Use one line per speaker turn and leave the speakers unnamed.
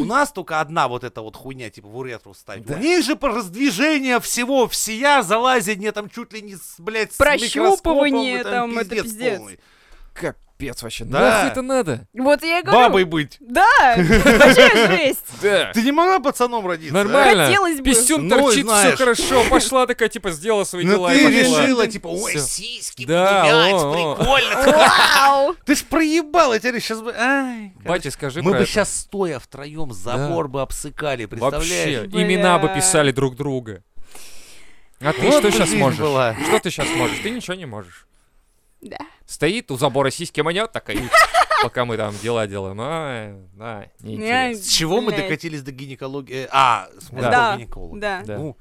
У нас только одна вот эта вот хуйня, типа в уретру вставить.
Да.
У ней же по раздвижение всего, всея, залазение там чуть ли не, с, блядь, с
Прощупывание
микроскопом, и
там, это пиздец.
полный.
Капец вообще,
Да.
нахуй это надо?
Вот я и говорю.
Бабой быть.
Да, вообще жесть.
Да.
Ты не могла пацаном родиться? а?
Нормально.
Хотелось бы.
Ну,
Писюн торчит, все
знаешь.
хорошо. Пошла такая, типа, сделала свои
Ну
дела. и
ты
пошла.
решила, типа, ой,
Всё.
сиськи
Да, о, о.
поднимать, прикольно.
Вау.
Ты ж проебал, я тебе сейчас бы... Ай, короче.
Батя, скажи
Мы
про
бы
это.
сейчас стоя втроем забор бы обсыкали,
Вообще,
представляешь?
имена бы
Бля.
писали друг друга. А ты
Вот
что
бы
сейчас
жизнь
можешь?
была.
Что ты сейчас можешь? Ты ничего не можешь.
Да.
Стоит у забора сиськи манет, такая, и пока мы там дела делаем. А, да, неинтересно.
С чего мы
Блядь.
докатились до гинекологии? Э, А, с мужского
Да.
гинеколога.
Да.
Да.
Ну,